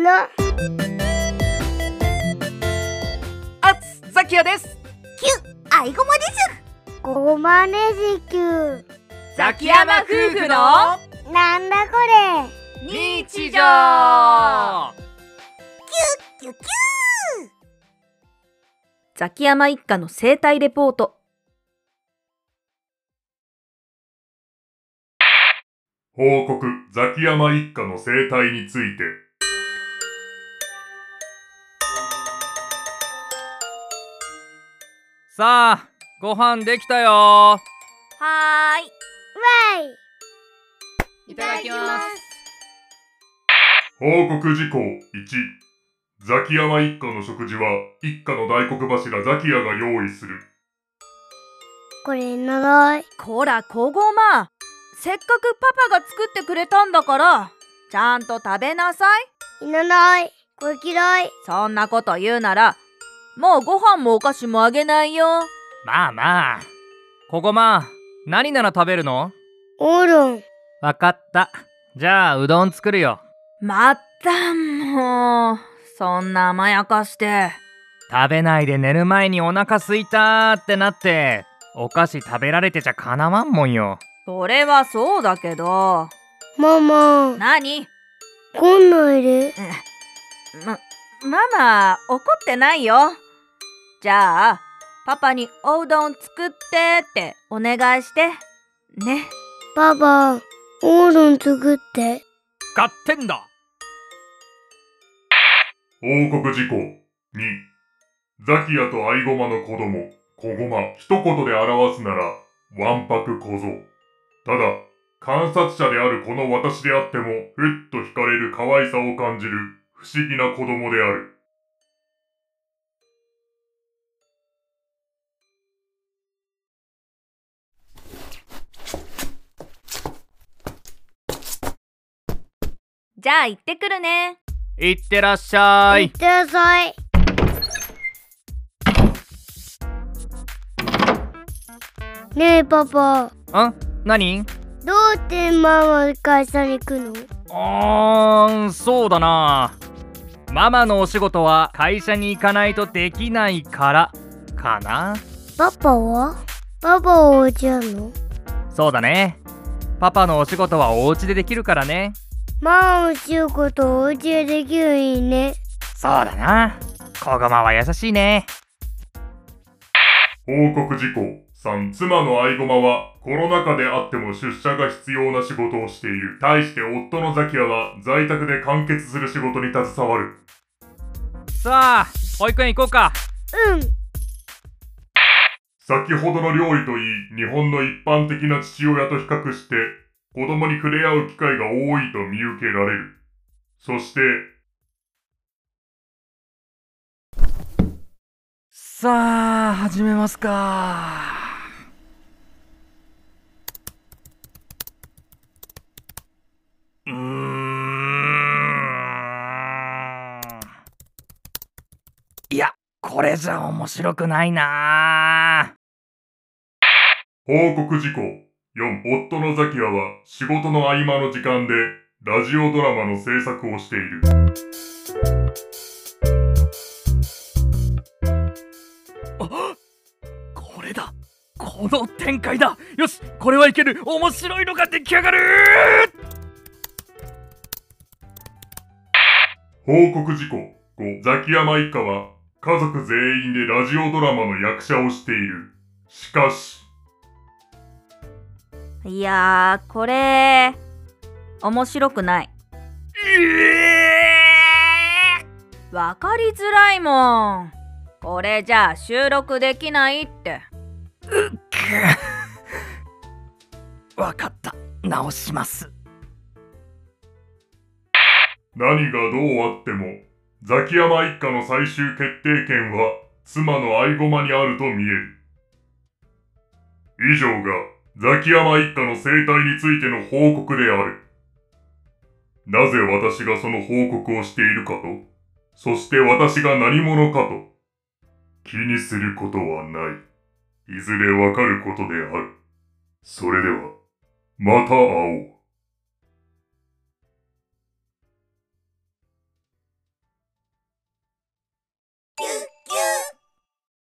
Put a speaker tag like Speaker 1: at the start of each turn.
Speaker 1: の
Speaker 2: あつさきやです
Speaker 3: あいごまです
Speaker 1: ごまねじきゅう
Speaker 2: ザキヤマ夫婦の
Speaker 1: なんだこ
Speaker 2: 日常
Speaker 3: キュッキュッ
Speaker 4: ザキヤマ一家の生態レポート
Speaker 5: 報告ザキヤマ一家の生態について
Speaker 6: さあご飯できたよ
Speaker 4: はーい
Speaker 1: れわい
Speaker 2: いただきます
Speaker 5: 報告事項1ザキヤマ一家の食事は一家の大黒柱ザキヤが用意する
Speaker 1: これ呪い
Speaker 4: こら小ごませっかくパパが作ってくれたんだからちゃんと食べなさい
Speaker 1: 呪いご嫌い
Speaker 4: そんなこと言うならもうご飯もお菓子もあげないよ
Speaker 6: まあまあここまあ何なら食べるの
Speaker 1: おるん
Speaker 6: わかったじゃあうどん作るよ
Speaker 4: またもうそんな甘やかして
Speaker 6: 食べないで寝る前にお腹すいたーってなってお菓子食べられてちゃかなわんもんよ
Speaker 4: それはそうだけど
Speaker 1: ママ
Speaker 4: 何
Speaker 1: こんないる
Speaker 4: まママ怒ってないよじゃあパパにおうどん作ってってお願いしてね
Speaker 1: パパおるん作って
Speaker 6: 勝手んだ
Speaker 5: 報告事項2ザキヤとアイゴマの子供子ゴマ一言で表すならわんぱく小僧ただ観察者であるこの私であってもふっと惹かれる可愛さを感じる不思議な子供である
Speaker 4: じゃあ行ってくるね
Speaker 6: いってらっしゃ
Speaker 1: いっ
Speaker 6: い
Speaker 1: てらっしゃいねえパパ
Speaker 6: ん何
Speaker 1: どうやってママ会社に行くの
Speaker 6: あーそうだなママのお仕事は会社に行かないとできないからかな
Speaker 1: パパはパパはお家やの
Speaker 6: そうだねパパのお仕事はお家でできるからね
Speaker 1: ママの仕事お家でできるいいね
Speaker 6: そうだな小駒は優しいね
Speaker 5: 報告事項3妻の愛駒はコロナ禍であっても出社が必要な仕事をしている対して夫のザキヤは在宅で完結する仕事に携わる
Speaker 6: さあ保育園行こうか
Speaker 1: うん
Speaker 5: 先ほどの料理といい日本の一般的な父親と比較して子供に触れ合う機会が多いと見受けられるそして
Speaker 6: さあ始めますかうーんいやこれじゃ面白くないな
Speaker 5: 報告事項4夫のザキヤは仕事の合間の時間でラジオドラマの制作をしている
Speaker 6: これだこの展開だよしこれはいける面白いのが出来上がる
Speaker 5: 報告事項5ザキヤマ一家は家族全員でラジオドラマの役者をしているしかし
Speaker 4: いやーこれ面白くないわかりづらいもんこれじゃあ収録できないって
Speaker 6: わかった直します
Speaker 5: 何がどうあってもザキヤマ一家の最終決定権は妻の愛駒にあると見える以上がザキヤマ一家の生態についての報告であるなぜ私がその報告をしているかとそして私が何者かと気にすることはないいずれわかることであるそれではまた会おう